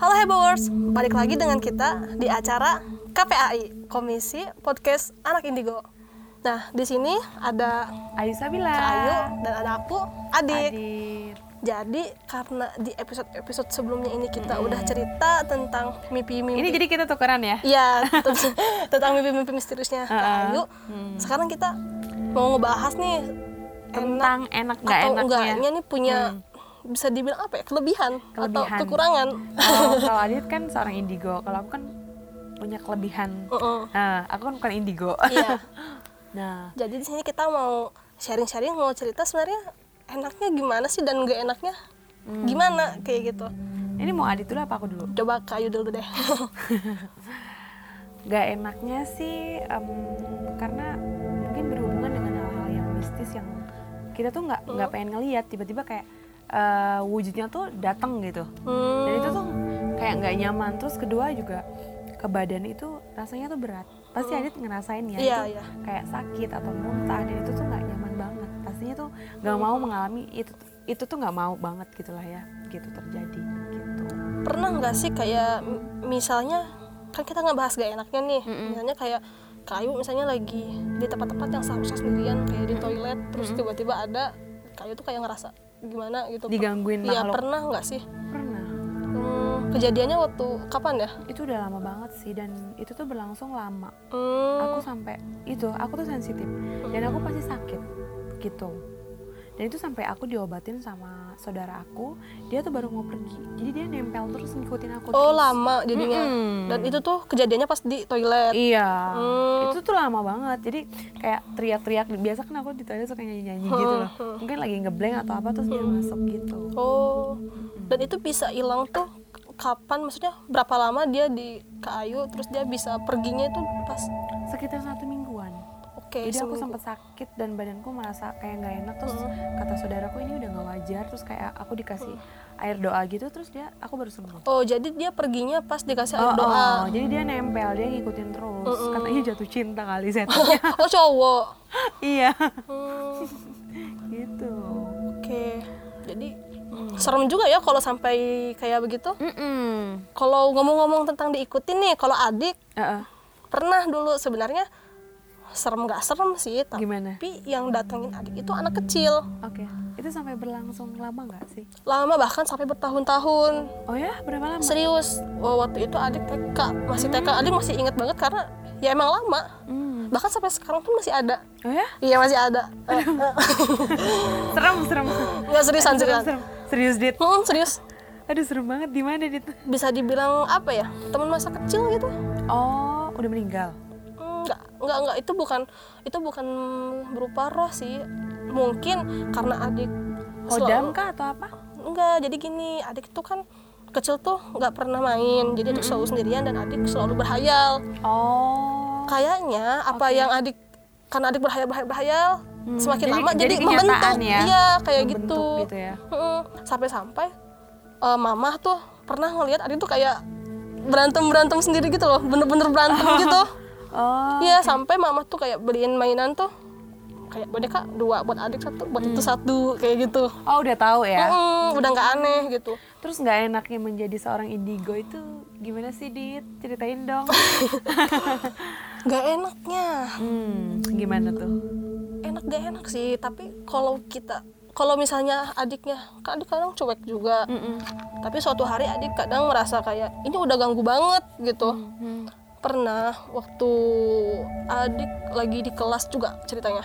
Halo Hebowers, balik lagi dengan kita di acara KPAI, Komisi Podcast Anak Indigo. Nah, di sini ada Aisyah Bila. Kak Hmm, Ayu dan ada aku, Adik. Adik. Jadi karena di episode-episode sebelumnya ini kita udah cerita tentang mimpi-mimpi. Ini jadi kita tukeran ya. Iya, tentang- tentang mimpi-mimpi misteriusnya Kak Heeh. Hmm. Ayu. Sekarang kita mau ngebahas nih enak Tentang enak nggak atau enaknya. Hmm. enggaknya nih punya bisa dibilang apa ya kelebihan, Kelebihan. atau kekurangan. Kalau kalau Adit kan seorang indigo, kalau aku kan punya kelebihan. Heeh. Nah, aku kan bukan indigo. Oh. Iya. Nah, Jadi di sini kita mau sharing-sharing mau cerita sebenarnya enaknya gimana sih dan nggak enaknya Hmm. gimana kayak gitu. ini mau Adit dulu apa aku dulu? Coba Kak Ayu dulu deh. Gak enaknya sih em, karena mungkin berhubungan dengan hal-hal yang mistis yang kita tuh nggak Oh. nggak pengen ngelihat tiba-tiba kayak eh, wujudnya tuh datang gitu. Hmm, dan itu tuh kayak nggak nyaman terus kedua juga ke badan itu rasanya tuh berat pasti Adit ngerasain ya Iya, itu iya. kayak sakit atau muntah dan itu tuh nggak nyaman banget pastinya tuh nggak mau mengalami itu itu tuh nggak mau banget gitulah ya gitu terjadi gitu pernah nggak sih kayak m- misalnya kan kita nggak bahas gak enaknya nih. Misalnya kayak Kak Ayu misalnya lagi di tempat-tempat yang seharusnya sendirian kayak di toilet terus tiba-tiba ada Kak Ayu tuh kayak ngerasa gimana gitu. Per- Digangguin Iya, makhluk. pernah nggak sih? pernah Hmm, kejadiannya waktu kapan ya? itu udah lama banget sih dan itu tuh berlangsung lama Hmm, aku sampai itu aku tuh sensitif dan aku pasti sakit gitu dan itu sampai aku diobatin sama saudara aku dia tuh baru mau pergi jadi dia nempel terus ngikutin aku Oh terus. lama jadinya. Mm-mm. Dan itu tuh kejadiannya pas di toilet. iya Hmm. itu tuh lama banget jadi kayak teriak-teriak biasa kan aku di toilet suka nyanyi-nyanyi gitu loh mungkin lagi ngeblank atau apa terus Hmm. dia masuk gitu Oh. Dan itu bisa hilang tuh kapan? Maksudnya berapa lama dia di Kak Ayu terus dia bisa perginya itu pas sekitar satu mingguan oke jadi aku seminggu. sempat sakit dan badanku merasa kayak nggak enak terus Hmm. kata saudaraku ini udah nggak wajar terus kayak aku dikasih Hmm. air doa gitu terus dia aku baru sembuh Oh, jadi dia perginya pas dikasih air Oh, doa. Hmm. oh, jadi dia nempel, dia ngikutin terus. Katanya jatuh cinta kali setannya. Oh, cowok. iya, Hmm, gitu. oke. Jadi serem juga ya kalau sampai kayak begitu. Hmm. Mm-mm. Kalau ngomong-ngomong tentang diikutin nih, kalau adik Uh-uh. pernah dulu sebenarnya serem nggak serem sih tapi Gimana? yang datengin adik itu anak kecil Oke, itu sampai berlangsung lama nggak sih? lama bahkan sampai bertahun-tahun Oh ya, berapa lama? serius Wah, waktu itu adik TK masih TK adik masih inget banget karena ya emang lama Hmm. bahkan sampai sekarang pun masih ada Oh ya, iya masih ada Eh, serem, serem. nggak seriusan seriusan serem. Serius, Dit. Hmm, serius Aduh, serem banget. Di mana, Dit? bisa dibilang apa ya teman masa kecil gitu Oh, udah meninggal. Hmm, nggak nggak nggak itu bukan itu bukan berupa roh sih mungkin karena adik selalu- Kodam kah atau apa? Enggak, jadi gini, adik tuh kan kecil tuh nggak pernah main. Jadi adik selalu sendirian dan adik selalu berhayal. Oh. Kayaknya apa yang adik karena adik berhayal berhayal berhayal Hmm, semakin jadi- lama jadi, jadi kenyataan membentuk. ya, Iya, kayak membentuk gitu. gitu ya. Mm-mm. Sampai-sampai eh, mamah tuh pernah ngelihat adik tuh kayak berantem-berantem sendiri gitu loh, bener-bener berantem gitu. Oh. Iya, sampai mama tuh kayak beliin mainan tuh kayak boneka dua buat adik satu buat itu satu kayak gitu. Oh, udah tahu Hmm. ya. Mm-mm, udah nggak aneh gitu. Terus nggak enaknya menjadi seorang indigo itu gimana sih, Dit? Ceritain dong. Gak enaknya, Hmm, gimana tuh? enak gak enak sih. Tapi kalau kita, kalau misalnya adiknya, kan adik kadang cuek juga. Tapi suatu hari adik kadang merasa kayak ini udah ganggu banget gitu. Mm. Hmm. Pernah waktu adik lagi di kelas juga ceritanya.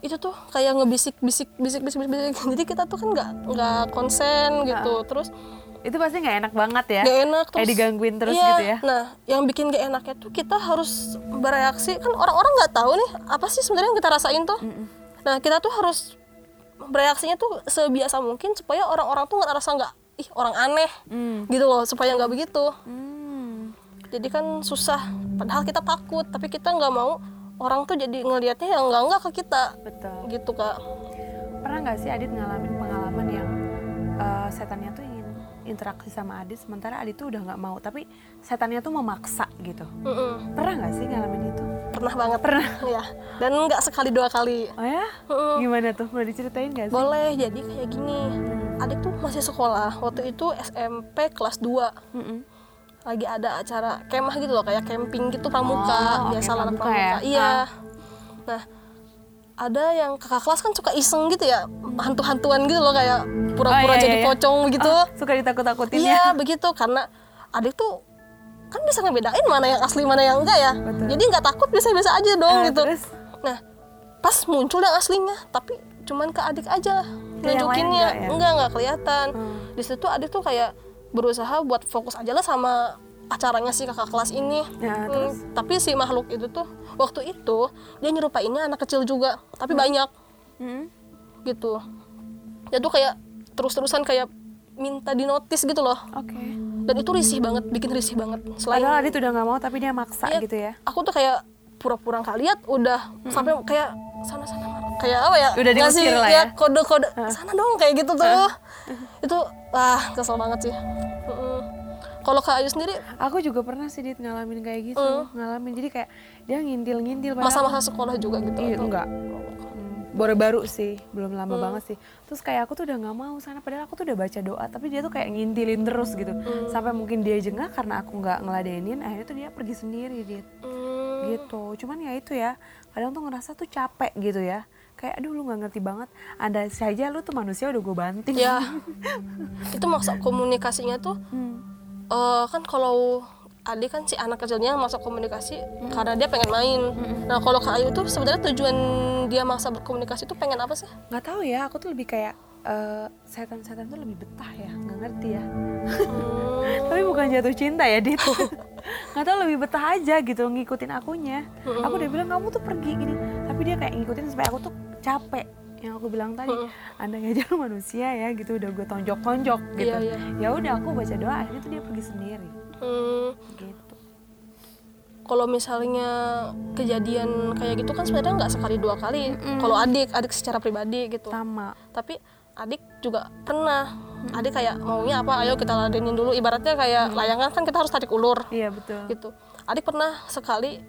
Itu tuh kayak ngebisik, bisik, bisik, bisik, bisik, bisik. Jadi kita tuh kan nggak nggak konsen gitu. Terus Itu pasti nggak enak banget ya? gak enak Kayak digangguin terus Iya, gitu ya? nah yang bikin gak enaknya tuh kita harus bereaksi kan orang-orang nggak tahu nih apa sih sebenarnya yang kita rasain tuh nah kita tuh harus bereaksinya tuh sebiasa mungkin supaya orang-orang tuh nggak rasa nggak ih orang aneh Hmm. gitu loh supaya nggak begitu Hmm. jadi kan susah padahal kita takut tapi kita nggak mau orang tuh jadi ngelihatnya yang nggak nggak ke kita Betul. gitu kak Pernah nggak sih Adit ngalamin pengalaman yang eh, setannya tuh ingin interaksi sama Adit sementara Adit tuh udah nggak mau tapi setannya tuh memaksa gitu. Mm-mm. Pernah nggak sih ngalamin itu? pernah banget pernah ya dan nggak sekali dua kali Oh ya? Mm-mm. Gimana tuh? Boleh diceritain nggak sih? boleh jadi kayak gini adik tuh masih sekolah waktu itu SMP kelas 2 Mm-mm. lagi ada acara kemah gitu loh kayak camping gitu pramuka Oh, oke, biasa anak pramuka ya. pramuka iya nah ada yang kakak kelas kan suka iseng gitu ya hantu-hantuan gitu loh kayak Oh, pura-pura iya, jadi iya, iya. pocong gitu Ah, suka ditakut-takutin ya Iya begitu karena adik tuh kan bisa ngebedain mana yang asli mana yang enggak ya. Betul. Jadi nggak takut biasa-biasa aja dong Ah, gitu. terus? Nah pas muncul yang aslinya tapi cuman ke adik aja Ke yang lain nunjukinnya enggak ya? enggak enggak kelihatan. Hmm. Di situ adik tuh kayak berusaha buat fokus aja lah sama acaranya si kakak kelas ini. Nah, Hmm, terus? tapi si makhluk itu tuh waktu itu dia nyerupainnya anak kecil juga tapi Hmm. banyak Mm-mm. gitu. Dia tuh kayak terus-terusan kayak minta di notice gitu loh oke dan itu risih banget bikin risih banget selain padahal Adit udah nggak mau tapi dia maksa Iya, gitu ya aku tuh kayak pura-pura nggak lihat udah sampai kayak sana sana Mar." kayak apa ya Udah diusir ngasih, lah ya. kode kode sana dong kayak gitu tuh itu ah kesel banget sih Mm-mm. kalau kak Ayu sendiri aku juga pernah sih Dit ngalamin kayak gitu ngalamin jadi kayak dia ngintil-ngintil padahal- masa-masa sekolah juga gitu Iya, atau- enggak. Baru-baru sih, belum lama banget sih. Terus kayak aku tuh udah nggak mau sana, padahal aku tuh udah baca doa, tapi dia tuh kayak ngintilin terus gitu. Sampai mungkin dia jengah karena aku nggak ngeladenin, akhirnya tuh dia pergi sendiri Dit. Hmm, Gitu. Cuman ya itu ya, kadang tuh ngerasa tuh capek gitu ya. Kayak aduh lu nggak ngerti banget. Anda saja lu tuh manusia udah gue banting. ya itu maksud komunikasinya tuh Hmm. eh, kan kalau adik kan si anak kecilnya masuk komunikasi karena dia pengen main. Nah kalau Kak Ayu tuh sebenarnya tujuan dia masa berkomunikasi tuh pengen apa sih? Nggak tahu ya, aku tuh lebih kayak eh, setan-setan tuh lebih betah ya, nggak ngerti ya. tapi bukan jatuh cinta ya Dit nggak tahu lebih betah aja gitu ngikutin akunya aku udah bilang kamu tuh pergi gini tapi dia kayak ngikutin sampai aku tuh capek yang aku bilang tadi anda aja lu manusia ya gitu udah gue tonjok-tonjok gitu Iya, iya. ya udah aku baca doa akhirnya tuh dia pergi sendiri Hmm, gitu kalau misalnya kejadian kayak gitu kan sebenarnya nggak sekali dua kali. Kalau adik, adik secara pribadi gitu. sama Tapi adik juga pernah. Adik kayak maunya apa? Ayo kita ladenin dulu. Ibaratnya kayak layangan kan kita harus tarik ulur. iya betul gitu adik pernah sekali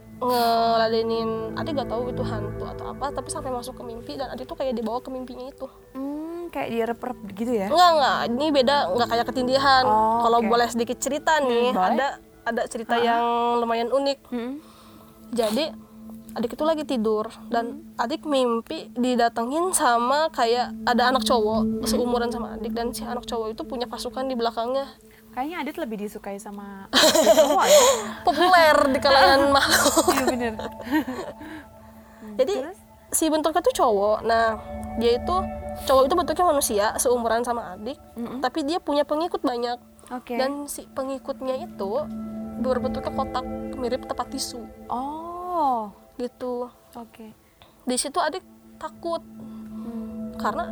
ngeladenin adik gak tahu itu hantu atau apa tapi sampai masuk ke mimpi dan adik tuh kayak dibawa ke mimpinya itu hmm, kayak dia rep-rep gitu ya enggak enggak ini beda nggak kayak ketindihan Oh, kalau oke. Hmm, boleh sedikit cerita nih boleh. ada ada cerita yang lumayan unik Mm-mm. jadi adik itu lagi tidur dan adik mimpi didatengin sama kayak ada anak cowok seumuran sama adik dan si anak cowok itu punya pasukan di belakangnya kayaknya Adit lebih disukai sama cowok ya populer di kalangan makhluk iya bener Hmm, Jadi Terus? si bentuknya tuh cowok. Nah, dia itu cowok itu bentuknya manusia seumuran sama adik, tapi dia punya pengikut banyak. Hmm. oke Dan si pengikutnya itu berbentuknya kotak mirip tempat tisu oh gitu. oke Di situ adik takut Hmm. karena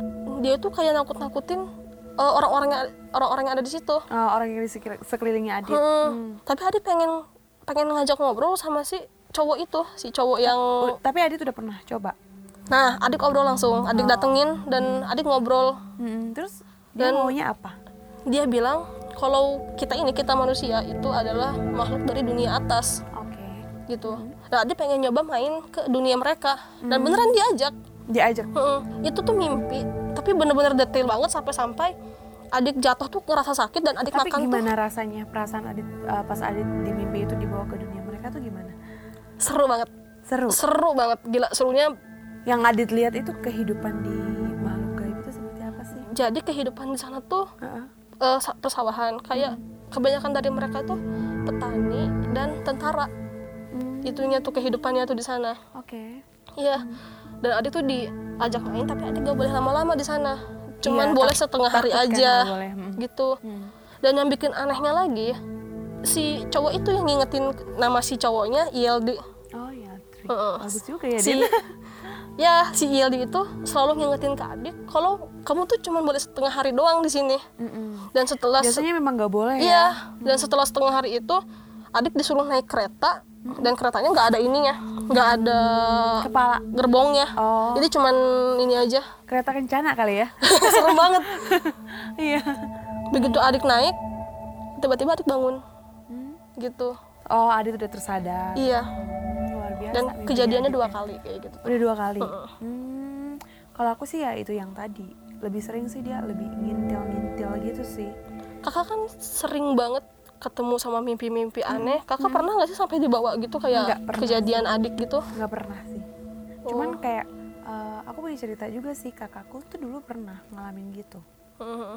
dia tuh kayak nakut-nakutin eh, orang-orang yang orang-orang yang ada di situ. Oh, orang yang di sekir- sekelilingnya Adit. Hmm, Tapi adik pengen pengen ngajak ngobrol sama si cowok itu, si cowok yang Oh, Tapi Adit udah pernah coba. nah, adik obrol langsung, adik Ah. datengin dan adik ngobrol Terus dia Dan- maunya apa? dia bilang kalau kita ini kita manusia itu adalah makhluk dari dunia atas Oke. gitu. Hmm. Nah dia pengen nyoba main ke dunia mereka dan beneran diajak. Diajak. Mm-mm. Itu tuh mimpi tapi bener-bener detail banget sampai-sampai adik jatuh tuh ngerasa sakit dan adik Tapi makan tuh gimana rasanya perasaan Adit eh, pas Adit di mimpi itu dibawa ke dunia mereka tuh gimana? seru banget, Seru. seru banget gila serunya. Yang Adit lihat itu kehidupan di makhluk gaib itu seperti apa sih? Jadi kehidupan di sana tuh Heeh. eh, sa- persawahan kayak kebanyakan dari mereka tuh petani dan tentara. Hmm, Itunya tuh kehidupannya tuh di sana. Oke. Iya. Dan adik tuh diajak main tapi adik gak boleh lama-lama di sana. Cuman Iya, boleh tak- setengah hari takut kan aja nggak boleh, mm. gitu. Hmm. Dan yang bikin anehnya lagi si cowok itu yang ngingetin nama si cowoknya Yeldi. Oh ya, Tri. Heeh. Bagus juga ya Si Dit. ya si Yeldi itu selalu ngingetin ke adik kalau kamu tuh cuman boleh setengah hari doang di sini. Mm-mm. Dan setelah se- Biasanya memang nggak boleh iya, ya. dan setelah setengah hari itu adik disuruh naik kereta dan keretanya nggak ada ininya, nggak ada Kepala. gerbongnya. Oh. Jadi cuman ini aja. Kereta kencana kali ya. Serem banget. Iya. begitu adik naik tiba-tiba adik bangun Hmm. gitu Oh, Adit udah tersadar. iya Hmm, luar biasa. dan mimpinya kejadiannya Adit dua ya. kali kayak gitu Udah dua kali. Hmm, kalau aku sih ya itu yang tadi lebih sering sih dia lebih ngintil-ngintil gitu sih kakak kan sering banget ketemu sama mimpi-mimpi aneh kakak pernah nggak sih sampai dibawa gitu kayak Nggak pernah. kejadian adik gitu nggak pernah sih cuman kayak eh, aku punya cerita juga sih kakakku tuh dulu pernah ngalamin gitu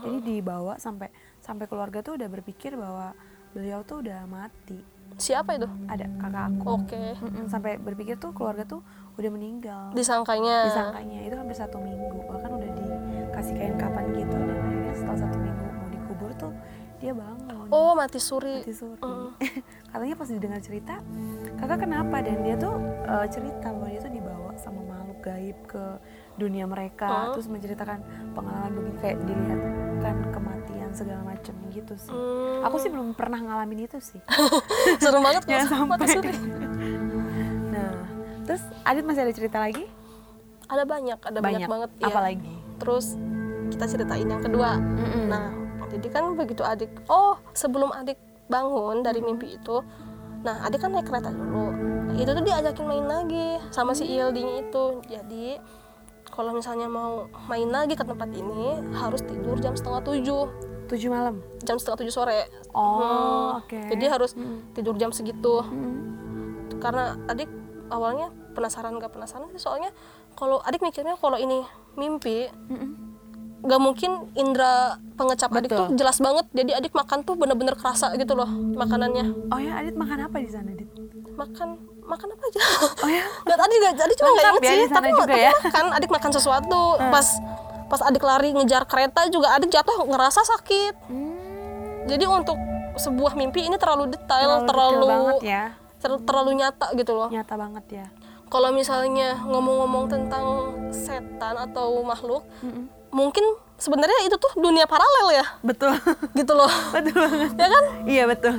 jadi dibawa sampai sampai keluarga tuh udah berpikir bahwa beliau tuh udah mati siapa itu ada kakak aku oke Mm-mm, sampai berpikir tuh keluarga tuh udah meninggal disangkanya disangkanya itu hampir satu minggu bahkan udah dikasih kain kapan gitu dan akhirnya setelah satu minggu mau dikubur tuh dia bangun oh mati suri mati suri Mm. katanya pas didengar cerita kakak kenapa dan dia tuh eh, cerita bahwa dia tuh dibawa sama makhluk gaib ke dunia mereka Oh. terus menceritakan pengalaman begini kayak dilihatkan kematian segala macam gitu sih Hmm. aku sih belum pernah ngalamin itu sih serem banget kalau Jangan sama mati Ya sampai. suri nah terus adit masih ada cerita lagi ada banyak ada banyak, banget iya. apalagi terus kita ceritain yang kedua Mm-mm. Nah, jadi kan begitu adik, oh sebelum adik bangun dari mimpi itu, nah adik kan naik kereta dulu. Itu tuh diajakin main lagi sama si Ildinya itu. Jadi kalau misalnya mau main lagi ke tempat ini harus tidur jam setengah tujuh, tujuh malam jam setengah tujuh sore. oh Hmm, oke Jadi harus Mm-mm. tidur jam segitu Mm-mm. karena adik awalnya penasaran gak penasaran sih soalnya kalau adik mikirnya kalau ini mimpi Mm-mm. gak mungkin indera pengecap adik tuh Betul. jelas banget jadi adik makan tuh bener-bener kerasa gitu loh makanannya oh ya adit makan apa di sana adit makan makan apa aja oh ya nggak tadi nggak jadi cuma nggak Lengkap inget ya sih di sana tapi, juga tapi ya. Hmm. makan adik makan sesuatu pas pas adik lari ngejar kereta juga adik jatuh ngerasa sakit Mm. jadi untuk sebuah mimpi ini terlalu detail terlalu, detail terlalu banget ya ter- terlalu nyata gitu loh nyata banget ya kalau misalnya ngomong-ngomong tentang setan atau makhluk mungkin sebenarnya itu tuh dunia paralel ya betul gitu loh betul banget ya kan iya betul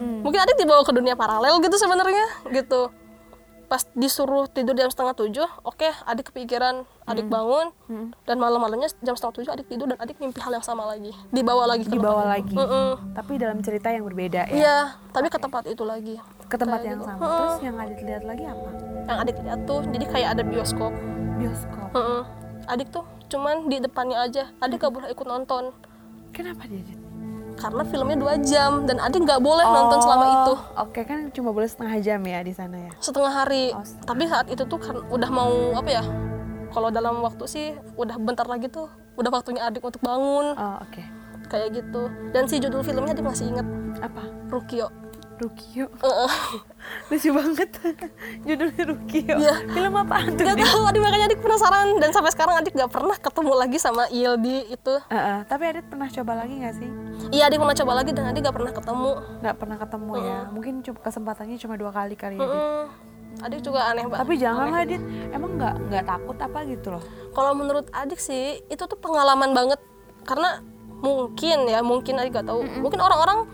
mungkin adik dibawa ke dunia paralel gitu sebenarnya gitu pas disuruh tidur jam setengah tujuh oke adik kepikiran adik bangun dan malam-malamnya jam setengah tujuh adik tidur dan adik mimpi hal yang sama lagi dibawa lagi ke dibawa tempat lagi itu. Mm-mm. tapi dalam cerita yang berbeda ya iya tapi ke tempat itu lagi ke tempat Kayak yang gitu. sama Mm-mm. terus yang adit lihat lagi apa yang adik lihat tuh jadi kayak ada bioskop bioskop Mm-mm. adik tuh cuman di depannya aja adik gak boleh ikut nonton kenapa dia Adit? karena filmnya dua jam dan adik nggak boleh nonton selama Oh, itu oke kan cuma boleh setengah jam ya di sana ya setengah hari Oh, setengah. tapi saat itu tuh kan udah mau apa ya kalau dalam waktu sih udah bentar lagi tuh udah waktunya adik untuk bangun oh oke kayak gitu dan si judul filmnya adik masih inget apa Rukio Rukio Heeh. lucu banget judulnya Rukio Iya. film apaan tuh nggak tahu adik makanya adik penasaran dan sampai sekarang adik nggak pernah ketemu lagi sama Ildi itu Heeh, tapi adit pernah coba lagi nggak sih iya adik pernah coba lagi dan adik nggak pernah ketemu nggak pernah ketemu ya mungkin cuma kesempatannya cuma dua kali kali ya Dit? Mm, adik juga aneh banget tapi jangan lah Dit emang nggak nggak takut apa gitu loh kalau menurut adik sih itu tuh pengalaman banget karena mungkin ya mungkin adik gak tahu mungkin orang-orang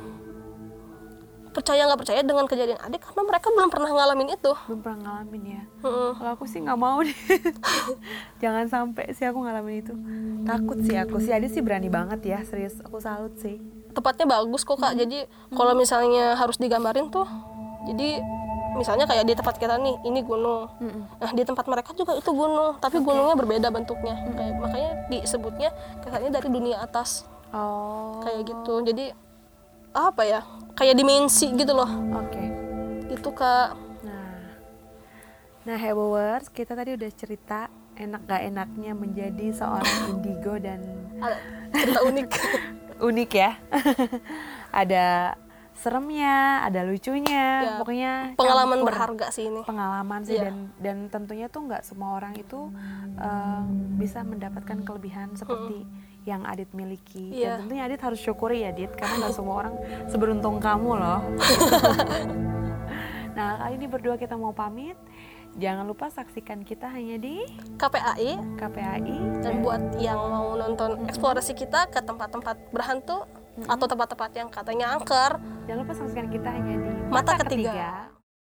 percaya nggak percaya dengan kejadian adik karena mereka belum pernah ngalamin itu belum pernah ngalamin ya Mm-mm. kalau aku sih nggak mau deh jangan sampai sih aku ngalamin itu takut sih aku sih Adit sih berani banget ya serius aku salut sih tempatnya bagus kok kak jadi kalau misalnya harus digambarin tuh jadi misalnya kayak di tempat kita nih ini gunung nah di tempat mereka juga itu gunung tapi gunungnya berbeda bentuknya kayak makanya disebutnya kesannya dari dunia atas oh kayak gitu jadi apa ya kayak dimensi gitu loh oke itu kak nah nah Heboers kita tadi udah cerita enak gak enaknya menjadi seorang indigo dan ada cerita unik unik ya ada seremnya Ya, ada lucunya pokoknya pengalaman campur. berharga sih ini pengalaman sih Iya. dan dan tentunya tuh nggak semua orang itu eh, bisa mendapatkan kelebihan seperti yang Adit miliki Iya. dan tentunya Adit harus syukuri ya Adit karena nggak semua orang seberuntung kamu loh nah kali ini berdua kita mau pamit jangan lupa saksikan kita hanya di KPAI KPAI dan buat yang mau nonton eksplorasi kita ke tempat-tempat berhantu atau tempat-tempat yang katanya angker jangan lupa saksikan kita hanya di Mata Ketiga.